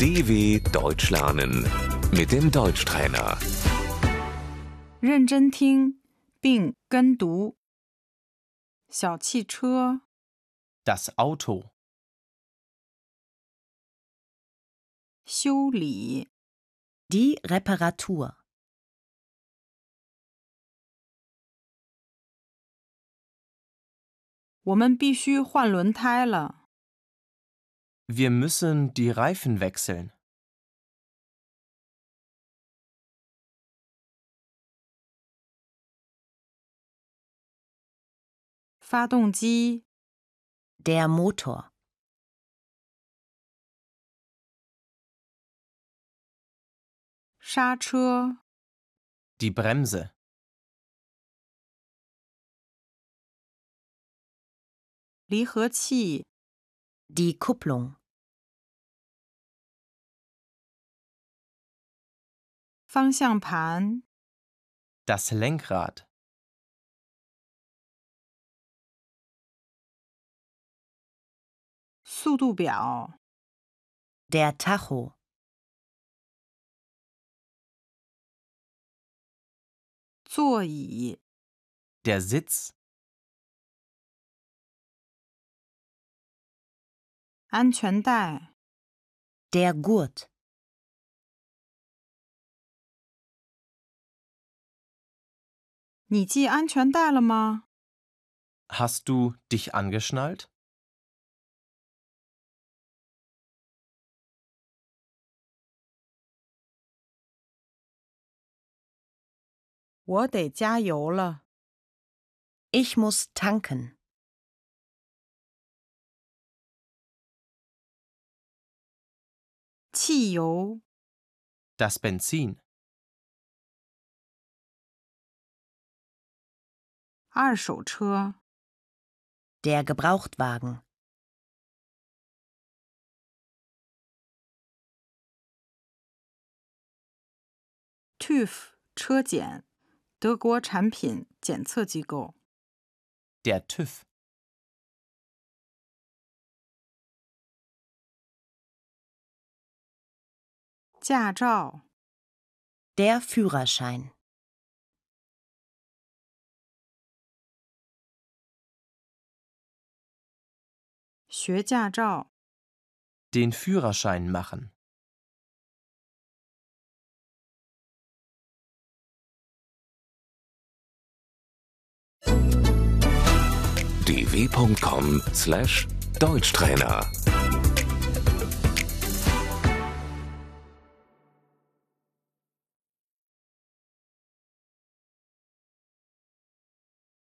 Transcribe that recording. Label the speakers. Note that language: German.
Speaker 1: DW Deutsch lernen mit dem Deutschtrainer.
Speaker 2: 《认真听并跟读》。小汽车、
Speaker 3: Das Auto.
Speaker 2: 修理、
Speaker 4: Die Reparatur.
Speaker 2: 我们必须换轮胎了。
Speaker 3: Wir müssen die Reifen wechseln.
Speaker 2: 发动机、
Speaker 4: Der Motor.
Speaker 2: 刹车、
Speaker 3: Die Bremse.
Speaker 2: 离合器、
Speaker 4: Die Kupplung.
Speaker 2: 方向盘、
Speaker 3: Das Lenkrad.
Speaker 2: 速度表、
Speaker 4: Der Tacho.
Speaker 2: 座椅、
Speaker 3: Der Sitz.
Speaker 2: 安全带、
Speaker 4: Der Gurt.
Speaker 2: 你系安全带了吗？
Speaker 3: Hast du dich angeschnallt?
Speaker 2: 我得加油了。
Speaker 4: Ich muss tanken.
Speaker 2: 汽油、
Speaker 3: Das Benzin.
Speaker 2: 二手车、
Speaker 4: Der Gebrauchtwagen.
Speaker 2: TÜV 车检，德国产品检测机构。
Speaker 3: Der TÜV.
Speaker 2: 驾照、
Speaker 4: Der Führerschein.
Speaker 2: 学驾照、
Speaker 3: Den Führerschein machen.
Speaker 1: dw.com/deutschtrainer